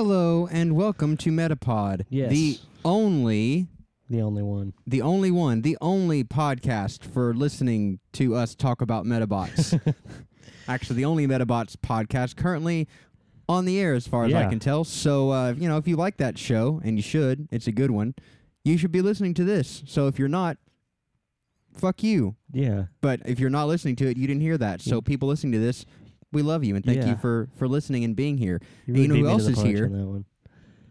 Hello and welcome to Metapod. Yes. The only The only one. the only one, the only podcast for listening to us talk about Metabots. Actually, the only Metabots podcast currently on the air, as far as I Yeah. can tell. So, uh, you know, if you like that show, and you should, it's a good one, you should be listening to this. So, if you're not, fuck you. Yeah. But if you're not listening to it, you didn't hear that. So, people listening to this, we love you and thank you Yeah. for for listening and being here. You, And you know beat who me to else the is punch here? on that one.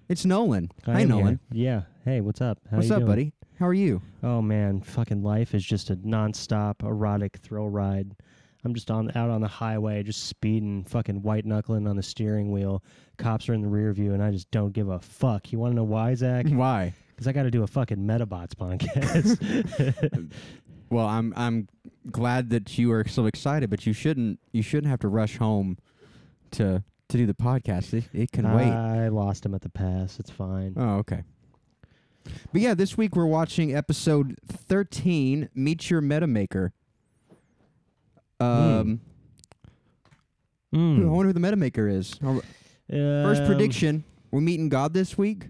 It's Nolan. I Hi, am Nolan. here. Yeah. Hey, what's up? How What's you up, doing? buddy? How are you? Oh man, fucking life is just a nonstop erotic thrill ride. I'm just on out on the highway, just speeding, fucking white knuckling on the steering wheel. Cops are in the rear view, and I just don't give a fuck. You want to know why, Zach? Why? Because I got to do a fucking Metabots podcast. Well, I'm I'm glad that you are so excited, but you shouldn't you shouldn't have to rush home to to do the podcast. It, it can wait. I lost him at the pass. It's fine. Oh, okay. But yeah, this week we're watching episode 13, Meet Your Metamaker. Um, I Mm. wonder who the Metamaker is. All right. First Um, prediction, we're meeting God this week.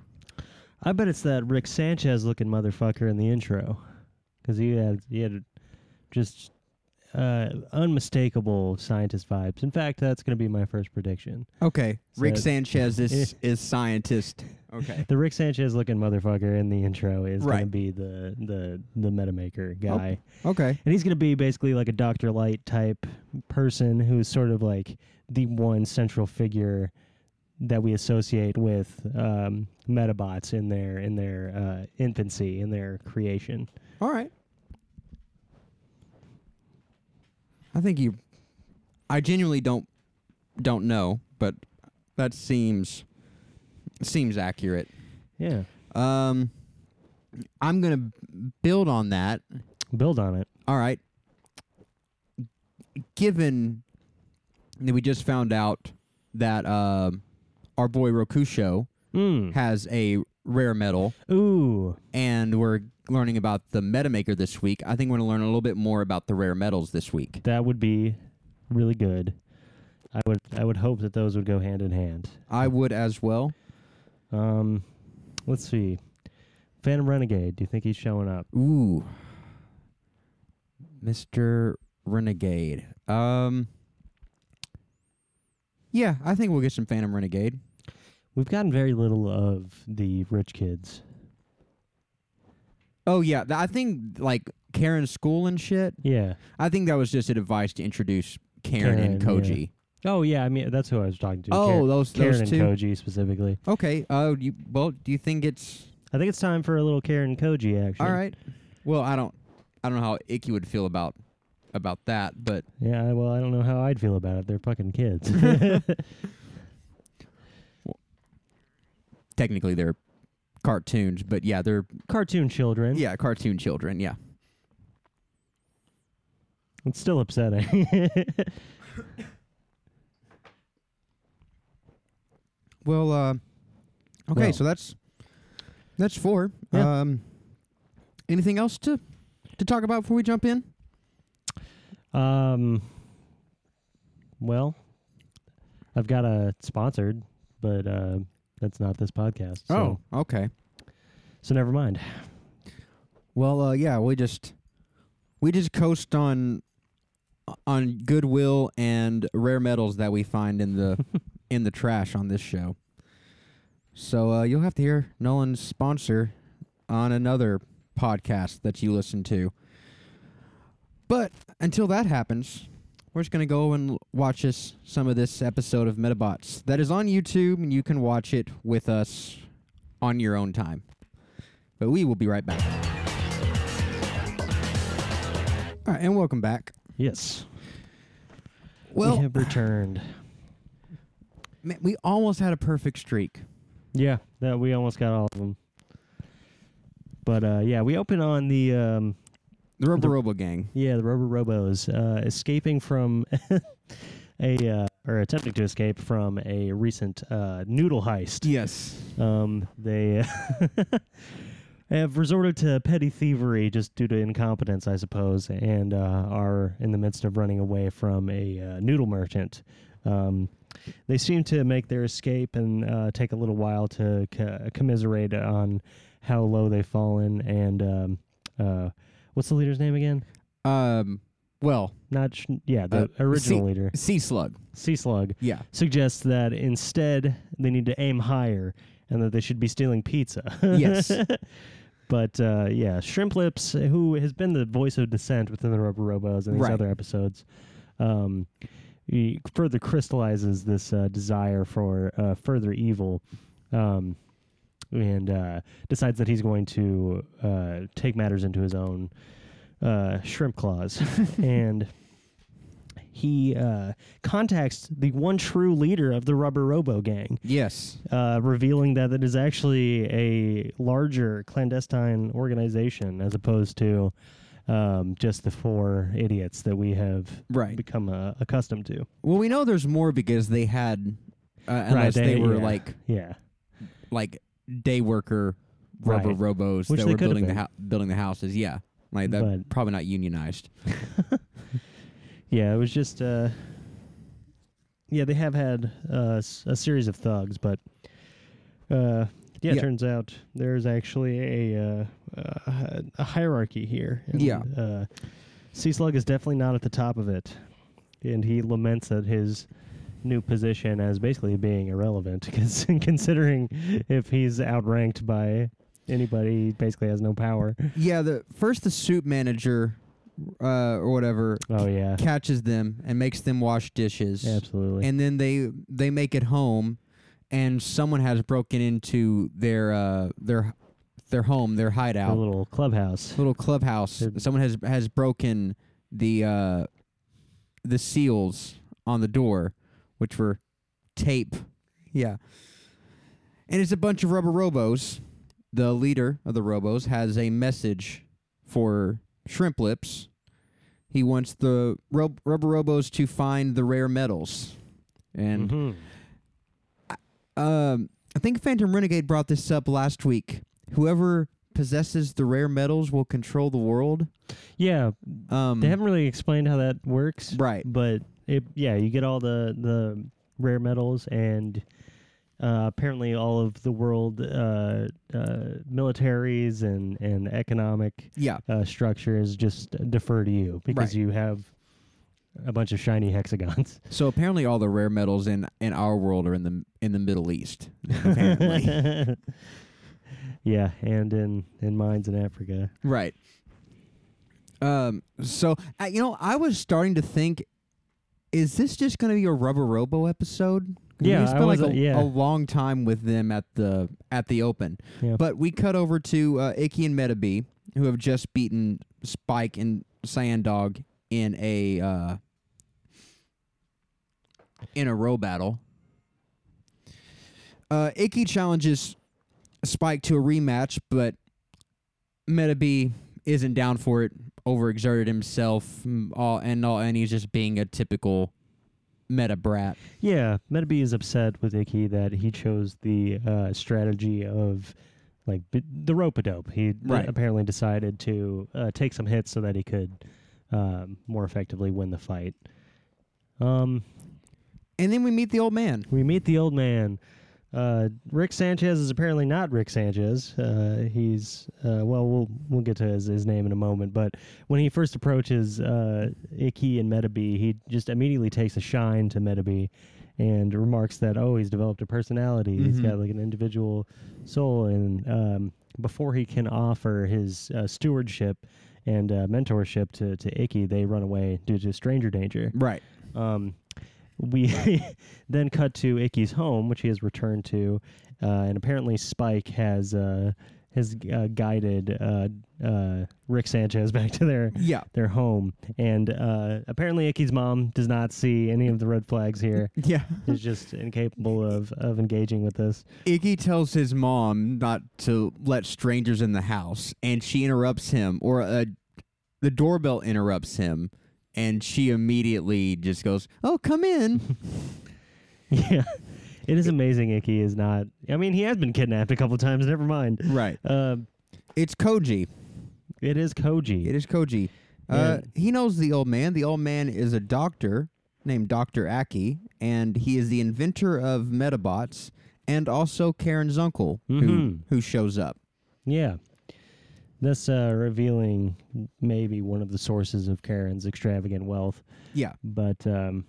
I bet it's that Rick Sanchez looking motherfucker in the intro, because he had he had just uh, unmistakable scientist vibes. In fact, that's going to be my first prediction. Okay, Rick Said- Sanchez is is scientist. Okay. The Rick Sanchez looking motherfucker in the intro is going Right. to be the the the metamaker guy, Okay. and he's going to be basically like a Doctor Light type person who is sort of like the one central figure that we associate with um, metabots in their in their uh, infancy in their creation. All right. I think you. I genuinely don't don't know, but that seems seems accurate. Yeah. Um, I'm gonna build on that. build on it. All right. Given that we just found out that um our boy Rokusho Mm. has a rare metal, Ooh, and we're learning about the metamaker this week. I think we're going to learn a little bit more about the rare metals this week. that would be really good. I would I would hope that those would go hand in hand. I would as well. Um, let's see. Phantom Renegade, do you think he's showing up? Ooh. Mr. Renegade. Um Yeah, I think we'll get some Phantom Renegade. We've gotten very little of the rich kids. Oh yeah, th- I think like Karen's school and shit. Yeah. I think that was just a device to introduce Karen, and Karen, yeah. Koji. Oh yeah, I mean that's who I was talking to. Oh, Karen, those Karen those and two. Koji specifically. Okay. Oh, you, well, do you think it's I think it's time for a little Karen and Koji action. all right? Well, I don't I don't know how Icky would feel about about that, but Yeah. I- Well, I don't know how I'd feel about it. They're fucking kids. technically they're cartoons, but yeah, they're Cartoon children. yeah, cartoon children, yeah. It's still upsetting. Well, uh, okay, Well- so that's that's four. Yeah. Um, anything else to to talk about before we jump in? Um. Well, I've got a sponsored, but uh, that's not this podcast. So, Oh. okay. so never mind. Well, uh, yeah, we just we just coast on on goodwill and rare metals that we find in the in the trash on this show. So uh, you'll have to hear Nolan's sponsor on another podcast that you listen to. But until that happens, we're just gonna go and l- watch us some of this episode of Metabots that is on YouTube, and you can watch it with us on your own time. But we will be right back. All right, and welcome back. Yes, Well, we have returned. man, we almost had a perfect streak. Yeah, that we almost got all of them. But uh, yeah, we open on the um, The Rubber The- Robo Gang. yeah the rubber robos uh, escaping from a uh, or attempting to escape from a recent uh, noodle heist. Yes. Um, they have resorted to petty thievery just due to incompetence, I suppose, and uh, are in the midst of running away from a uh, noodle merchant um, they seem to make their escape and uh, take a little while to co- commiserate on how low they've fallen. And um, uh, what's the leader's name again? Um, well, Not sh- yeah, the original Sea- leader, Sea Slug. Sea Slug, Yeah. suggests that instead they need to aim higher and that they should be stealing pizza. Yes. But uh, yeah, Shrimp Lips, who has been the voice of dissent within the Rubber Robos and these Right. other episodes, um, he further crystallizes this uh, desire for uh, further evil, um, and uh, decides that he's going to uh, take matters into his own uh, shrimp claws, and he uh, contacts the one true leader of the Rubber Robo Gang Yes. uh, revealing that it is actually a larger clandestine organization as opposed to um, just the four idiots that we have Right. become uh, accustomed to. Well, we know there's more because they had, uh, unless they, were yeah, like yeah, like day worker rubber Right. robos Which that were they could've building the been. hou- building the houses. Yeah, like that. But- probably not unionized. yeah. It was just uh, yeah. They have had uh, s- a series of thugs, but uh, yeah, Yeah. It turns out there's actually a uh, uh, a hierarchy here. And, Yeah. uh, Sea Slug is definitely not at the top of it, and he laments that his new position as basically being irrelevant, because considering if he's outranked by anybody, he basically has no power. Yeah. The first the soup manager, uh, or whatever, Oh yeah, catches them and makes them wash dishes. absolutely. and then they they make it home, and someone has broken into their uh their their home, their a hideout, little clubhouse. little clubhouse. They're- Someone has has broken the uh the seals on the door, which were tape. Yeah, and it's a bunch of rubber robos. The leader of the robos has a message for Shrimp Lips. He wants the rub- rubber robos to find the rare metals, and Mhm. um, I think Phantom Renegade brought this up last week. Whoever possesses the rare metals will control the world. Yeah, Um, they haven't really explained how that works. right. but it yeah you get all the the rare metals and uh, apparently all of the world uh, uh, militaries and and economic Yeah. uh, structures just defer to you because Right. you have a bunch of shiny hexagons. So apparently, all the rare metals in in our world are in the in the Middle East. Apparently. yeah, and in in mines in Africa. right. Um. So uh, you know, I was starting to think, is this just going to be a Rubber Robo episode? 'Cause Yeah, I we spent like was- a, yeah. a long time with them at the at the open. Yeah. But we cut over to uh, Icky and Metabee, who have just beaten Spike and Sandog in a uh, in a row battle. Uh, Icky challenges Spike to a rematch, but Metabee isn't down for it. Overexerted himself, mm, all and all, and he's just being a typical meta brat. Yeah, Metabee is upset with Icky that he chose the uh, strategy of like b- the rope a dope. He d- Right. apparently decided to uh, take some hits so that he could um, more effectively win the fight. Um, And then we meet the old man. we meet the old man. Uh, Rick Sanchez is apparently not Rick Sanchez. Uh, he's uh, well, we'll we'll get to his, his name in a moment. But when he first approaches uh, Icky and Metabee, he just immediately takes a shine to Metabee and remarks that oh, he's developed a personality. He's Mhm. got like an individual soul, and um, before he can offer his uh, stewardship and uh, mentorship to to Icky, they run away due to stranger danger. Right. Um, we then cut to Icky's home, which he has returned to, uh, and apparently Spike has uh, has uh, guided uh, uh, Rick Sanchez back to their Yeah. their home, and uh, apparently Icky's mom does not see any of the red flags here. Yeah. Is just incapable of, of engaging with this. Iggy tells his mom not to let strangers in the house, and she interrupts him, or uh, the doorbell interrupts him, and she immediately just goes, "Oh, come in." Yeah, it is amazing. Icky is not. I mean, he has been kidnapped a couple times. Never mind. right. Uh, It's Koji. it is Koji. It is Koji. Uh, he knows the old man. The old man is a doctor named Dr. Aki, and he is the inventor of Metabots and also Karen's uncle, who, Mhm. who shows up. Yeah. Thus uh, revealing maybe one of the sources of Karen's extravagant wealth, Yeah. but um,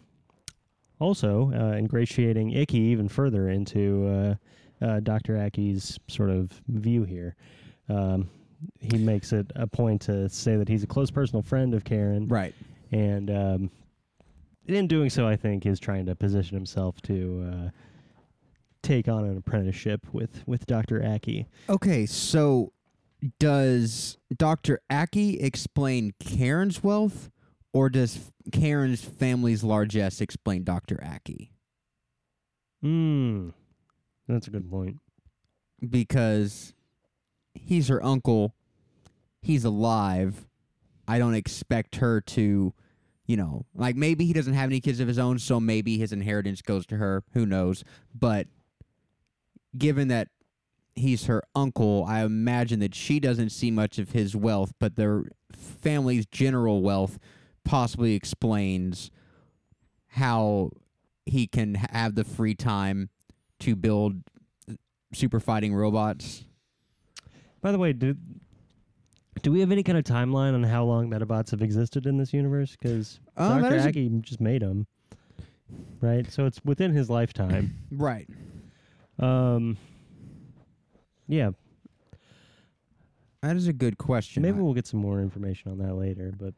also uh, ingratiating Icky even further into uh, uh, Dr. Aki's sort of view here. Um, he makes it a point to say that he's a close personal friend of Karen, Right. and um, in doing so, I think is trying to position himself to uh, take on an apprenticeship with with Doctor Aki. Okay, so does Dr. Aki explain Karen's wealth, or does Karen's family's largesse explain Dr. Aki? Mm. That's a good point. Because he's her uncle, he's alive. I don't expect her to, you know, like maybe he doesn't have any kids of his own, so maybe his inheritance goes to her. Who knows? But given that he's her uncle, I imagine that she doesn't see much of his wealth, but their family's general wealth possibly explains how he can have the free time to build super fighting robots. By the way, do do we have any kind of timeline on how long Metabots have existed in this universe? Because Um, that Doctor is a- Aki just made them, right? So it's within his lifetime. Right. um, yeah, That is a good question. maybe I- we'll get some more information on that later. But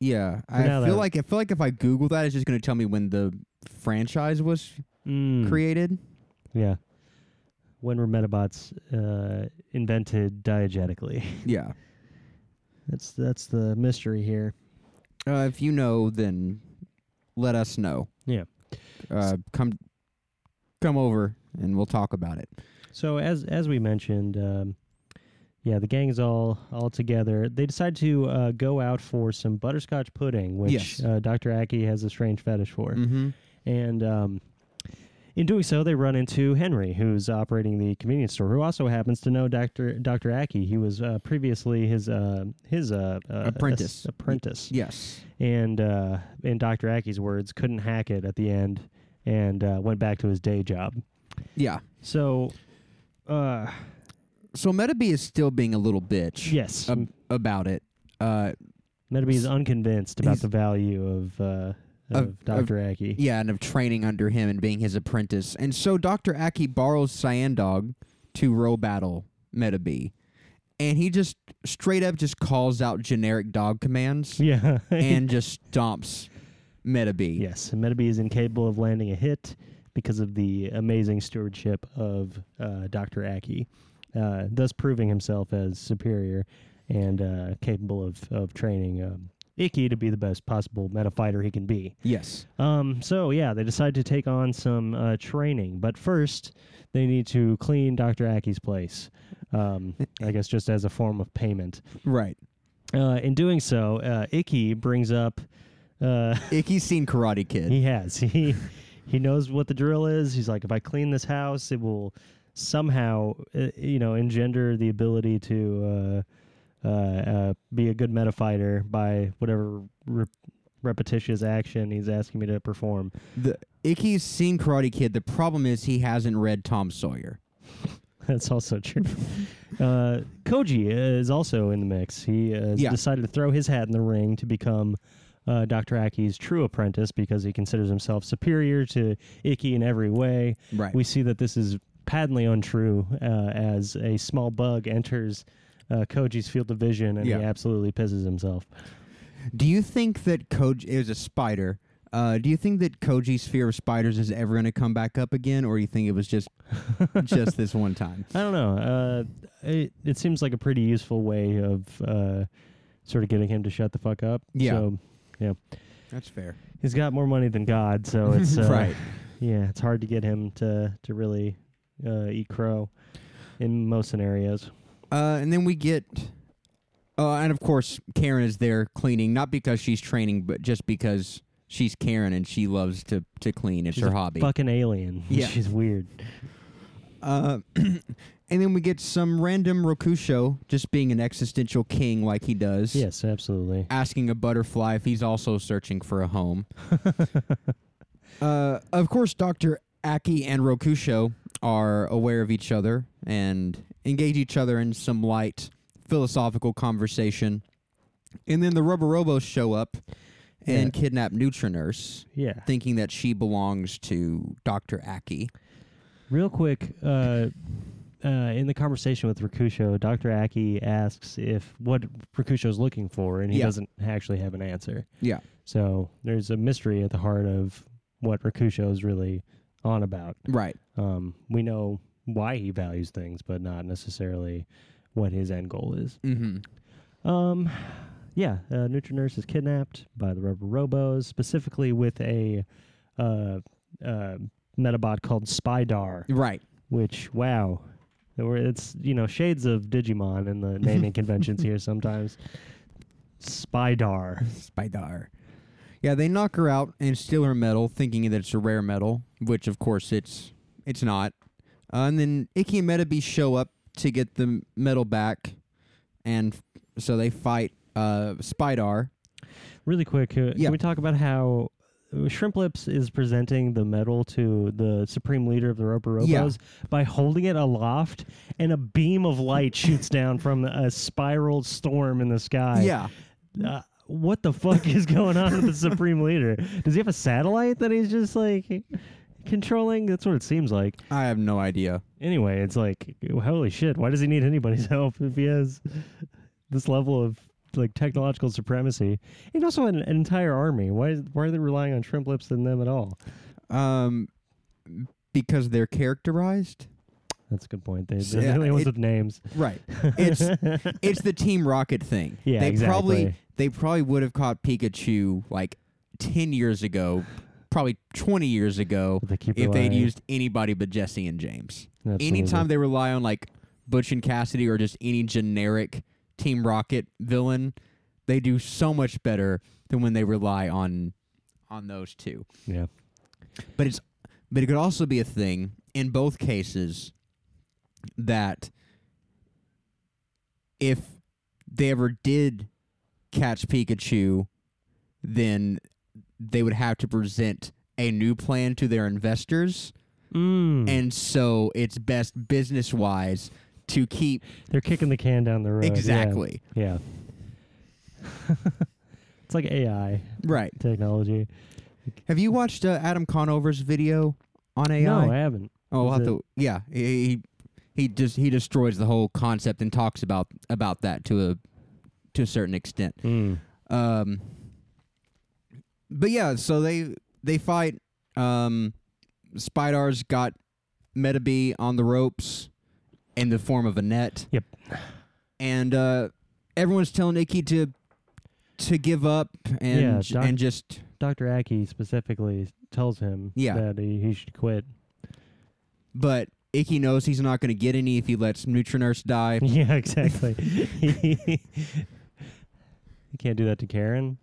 yeah, I now feel that- like I feel like if I Google that, it's just going to tell me when the franchise was Mm, created. yeah, when were Metabots uh, invented diegetically? Yeah. That's that's the mystery here. Uh, if you know, then let us know. Yeah. Uh, come, come over, and we'll talk about it. So as as we mentioned, um, yeah, the gang is all all together. They decide to uh, go out for some butterscotch pudding, which Yes. uh, Doctor Aki has a strange fetish for, Mm-hmm. and. Um, in doing so, they run into Henry, who's operating the convenience store, who also happens to know Doctor Doctor Aki. He was uh, previously his uh, his uh, uh, Apprentice. ass- apprentice, Yes. and uh, in Doctor Aki's words, couldn't hack it at the end, and uh, went back to his day job. Yeah. So, uh, So Metabee is still being a little bitch. yes, ab- about it. Uh, Metabee is unconvinced about he's- the value of uh, Of- of, of- Doctor Aki. yeah, and of training under him and being his apprentice. And so Dr. Aki borrows Cyandog to row battle Metabee. And he just straight up just calls out generic dog commands yeah. and just stomps Metabee. yes, Metabee is incapable of landing a hit because of the amazing stewardship of uh, Doctor Aki, uh, thus proving himself as superior and uh, capable of of training. Um, Icky to be the best possible meta fighter he can be. Yes. Um, so yeah, they decide to take on some uh, training, but first they need to clean Doctor Aki's place. Um, I guess just as a form of payment. Right. Uh, in doing so, uh, Icky brings up. Uh, Icky's seen Karate Kid. he has he he knows what the drill is. He's like, if I clean this house, it will somehow uh, you know engender the ability to uh, uh, uh, be a good meta fighter by whatever re- repetitious action he's asking me to perform. The Icky's seen Karate Kid. The problem is he hasn't read Tom Sawyer. That's also true. uh, Koji is also in the mix. He uh, has Yeah. decided to throw his hat in the ring to become uh, Dr. Aki's true apprentice because he considers himself superior to Icky in every way. Right. We see that this is patently untrue uh, as a small bug enters uh, Koji's field of vision and Yeah. he absolutely pisses himself. Do you think that Koji is a spider? Uh, do you think that Koji's fear of spiders is ever going to come back up again, or do you think it was just just this one time? I don't know. Uh, it, it seems like a pretty useful way of uh, sort of getting him to shut the fuck up. Yeah. So, yeah. That's fair. he's got more money than God, so it's uh, Right. Yeah, it's hard to get him to to really uh, eat crow in most scenarios. Uh, and then we get, uh, and of course Karen is there cleaning, not because she's training, but just because she's Karen and she loves to to clean. It's She's her a hobby. Fucking alien. Yeah. she's weird. Uh, and then we get some random Rokusho just being an existential king like he does. Yes, absolutely. Asking a butterfly if he's also searching for a home. uh, of course, Dr. Aki and Rokusho are aware of each other and engage each other in some light philosophical conversation. And then the Rubber Robos show up and kidnap Neutronurse, Yeah. thinking that she belongs to Dr. Aki. Real quick, uh, uh, in the conversation with Rakusho, Dr. Aki asks if what Rakusho's looking for, and he Yeah. doesn't actually have an answer. Yeah. So there's a mystery at the heart of what Rakusho is really on about. Right. Um, we know why he values things, but not necessarily what his end goal is. Mm-hmm. Um, yeah, uh, Nutri-Nurse is kidnapped by the Rubber Robos, specifically with a uh, uh, Metabot called Spydar, Right. which, wow, There were- it's, you know, shades of Digimon in the naming conventions here sometimes. Spydar. Spydar. Yeah, they knock her out and steal her medal, thinking that it's a rare medal, which of course it's it's not. Uh, and then Icky and Metabee show up to get the m- medal back, and f- so they fight uh, Spydar. Really quick, uh, Yeah. can we talk about how uh, Shrimp Lips is presenting the medal to the supreme leader of the Roper Robos Yeah. by holding it aloft, and a beam of light shoots down from a spiral storm in the sky. yeah, Uh, what the fuck is going on with the supreme leader? Does he have a satellite that he's just like controlling? That's what it seems like. I have no idea. Anyway, it's like holy shit. Why does he need anybody's help if he has this level of like technological supremacy and also an, an entire army? Why is, why are they relying on shrimp lips and them at all? Um, because they're characterized. That's a good point. They, S- they're the yeah, only ones it- with names. Right. It's it's the Team Rocket thing. Yeah, they probably exactly. they probably would have caught Pikachu like ten years ago, probably twenty years ago. They keep if they'd relying- used anybody but Jesse and James. Absolutely. Anytime they rely on like Butch and Cassidy or just any generic Team Rocket villain, they do so much better than when they rely on on those two. yeah. But it's but it could also be a thing in both cases that if they ever did catch Pikachu, then they would have to present a new plan to their investors Mm. and so it's best business wise to keep They're kicking the can down the road. yeah. exactly Yeah. it's like AI right. technology. Have you watched uh, Adam Conover's video on AI? No, I haven't. oh, we'll is have to. Yeah, he he- he just he destroys the whole concept and talks about about that to a to a certain extent. Um, but yeah, so they they fight. Um, Spidar's got Metabee on the ropes in the form of a net. Yep. And uh, everyone's telling Icky to to give up and Yeah, j- Doc- and just Dr. Aki specifically tells him Yeah. that he, he should quit. but Icky knows he's not going to get any if he lets Nutrinurse die. yeah, exactly. you can't do that to Karen.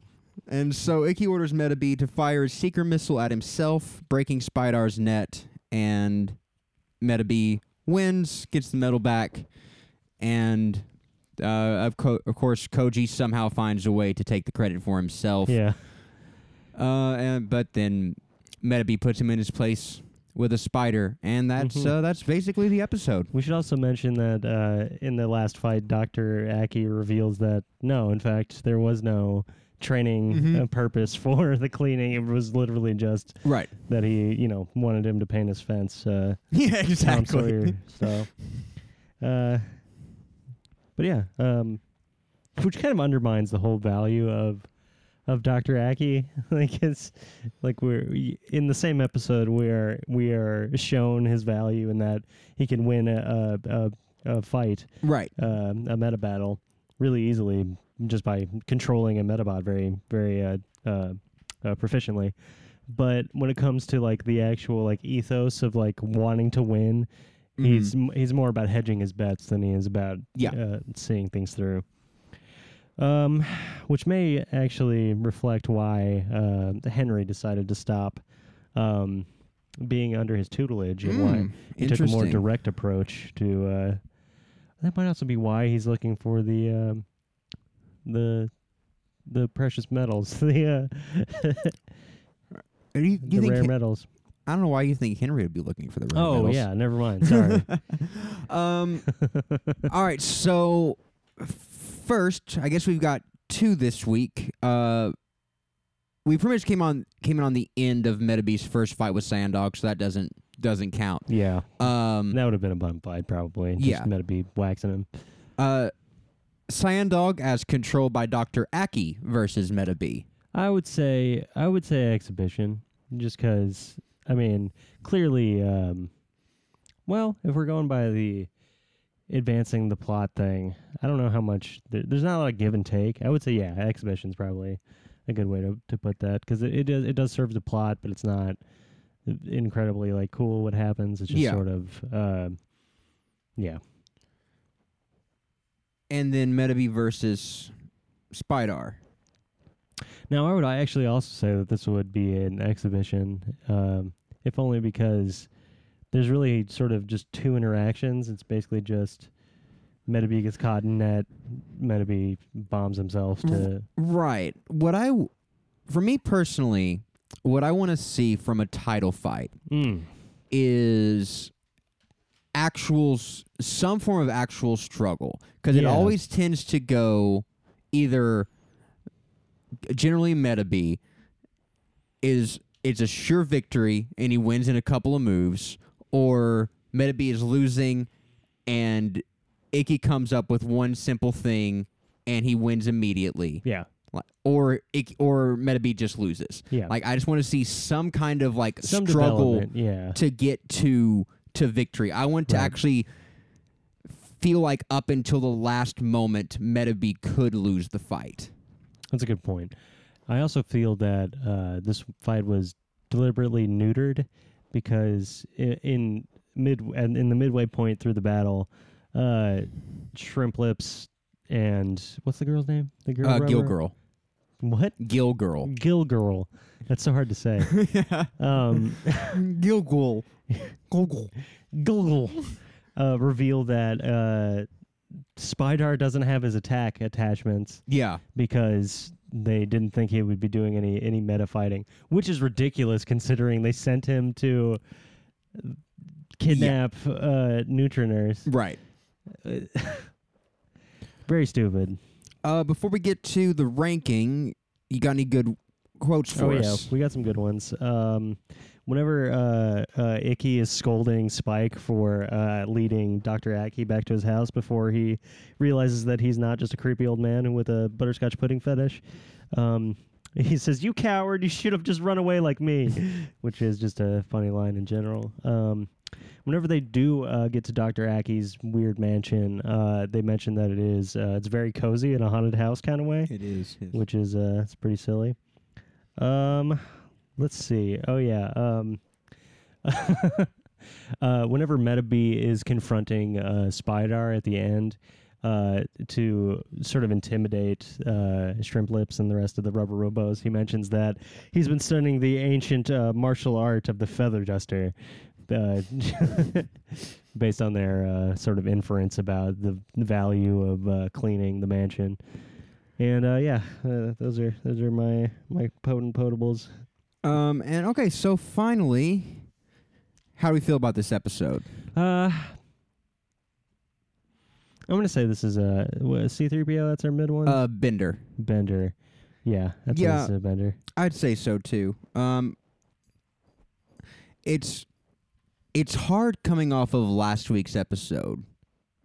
And so Icky orders Metabee to fire a seeker missile at himself, breaking Spidar's net, and Metabee wins, gets the medal back, and uh, of, co- of course Koji somehow finds a way to take the credit for himself. Yeah. Uh, and, but then Metabee puts him in his place with a spider, and that's Mhm. uh, that's basically the episode. We should also mention that uh, in the last fight, Dr. Aki reveals that no, in fact, there was no training Mhm. uh, purpose for the cleaning. It was literally just Right. that he, you know, wanted him to paint his fence. Uh, Yeah. Tom Exactly. Sawyer style. Uh, but yeah, um, which kind of undermines the whole value of of Dr. Aki. like it's like we're we- in the same episode where we are shown his value in that he can win a a, a, a fight, Right. um, a meta battle, really easily just by controlling a metabot very very uh, uh, uh, proficiently. But when it comes to like the actual like ethos of like wanting to win, he's m- he's more about hedging his bets than he is about Mm-hmm. Yeah. uh, seeing things through. Um, which may actually reflect why uh, Henry decided to stop um, being under his tutelage and why Mm, he took a more interesting. direct approach to. Uh, that might also be why he's looking for the um, the the precious metals, the uh, Do you, the you think rare Hen- metals. I don't know why you think Henry would be looking for the rare Oh metals. yeah, never mind. Sorry. Um. all right. So first, I guess we've got two this week. Uh, we pretty much came on came in on the end of Metabeast's first fight with Sandog, so that doesn't doesn't count. yeah, Um. that would have been a bum fight probably. Yeah. just meant to be waxing him. Uh, Sandog as controlled by Doctor Aki versus Metabee. I would say I would say exhibition, just because I mean clearly, um, well, if we're going by the advancing the plot thing, I don't know how much there, there's not a lot of give and take. I would say yeah, exhibition's probably a good way to, to put that because it, it does it does serve the plot, but it's not incredibly like cool what happens. It's just Yeah. sort of uh, yeah, and then Metabee versus Spydar. Now, I would I actually also say that this would be an exhibition, um, if only because there's really sort of just two interactions. It's basically just Metabee gets caught in net, Metabee bombs himself to. Right. What I, w- for me personally, what I want to see from a title fight Mm. is actual s- some form of actual struggle because it Yeah. always tends to go either generally Metabee is it's a sure victory and he wins in a couple of moves or Metabee is losing and Icky comes up with one simple thing and he wins immediately Yeah. Like- or Icky, or Metabee just loses Yeah. like I just want to see some kind of like Some struggle development, Yeah. to get to to victory. I want to Right. actually feel like up until the last moment, Metabee could lose the fight. That's a good point. I also feel that uh, this fight was deliberately neutered because i- in mid and in the midway point through the battle, uh, Shrimp Lips and what's the girl's name? The girl. Uh, rubber- Gill Girl, Oh. What? Gill Girl, Gill girl. That's so hard to say. um, Gill Girl, Google uh, reveal that uh, Spydar doesn't have his attack attachments. Yeah, because they didn't think he would be doing any any meta fighting, which is ridiculous considering they sent him to kidnap uh, Neutriners. right. Very stupid. Uh, before we get to the ranking, you got any good quotes for oh yeah, us? we got some good ones. Um, whenever uh, uh, Icky is scolding Spike for uh, leading Doctor Aki back to his house before he realizes that he's not just a creepy old man with a butterscotch pudding fetish. Um, he says, "You coward! You should have just run away like me," which is just a funny line in general. Um, whenever they do uh, get to Doctor Aki's weird mansion, uh, they mention that it is uh, it's very cozy in a haunted house kind of way It is. which is uh it's pretty silly. Um let's see. Oh yeah. Um uh whenever Metabee is confronting uh Spydar at the end uh to sort of intimidate uh shrimp lips and the rest of the rubber robos, he mentions that he's been studying the ancient uh, martial art of the feather duster. Uh, based on their uh, sort of inference about the value of uh, cleaning the mansion. And uh, yeah, uh, those are those are my my potent potables. Um, and okay, so finally, how do we feel about this episode? Uh, I'm gonna say this is a C three PO. That's our mid one. Uh, Bender. Bender. Yeah, that's Yeah. a Bender. I'd say so too. Um, it's it's hard coming off of last week's episode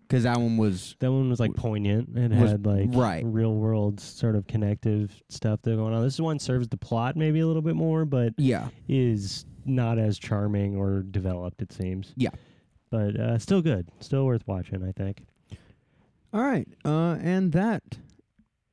because that one was That one was like poignant and Was- had like right. real world sort of connective stuff that going on. This one serves the plot maybe a little bit more, but yeah is not as charming or developed. It seems. Yeah. But uh, still good, still worth watching. I think. all right uh, and that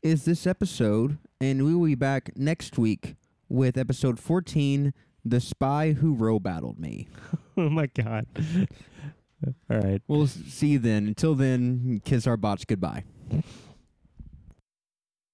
is this episode and we will be back next week with episode 14 the spy who row battled me oh my god. All right. we'll s- see you then until then kiss our bots goodbye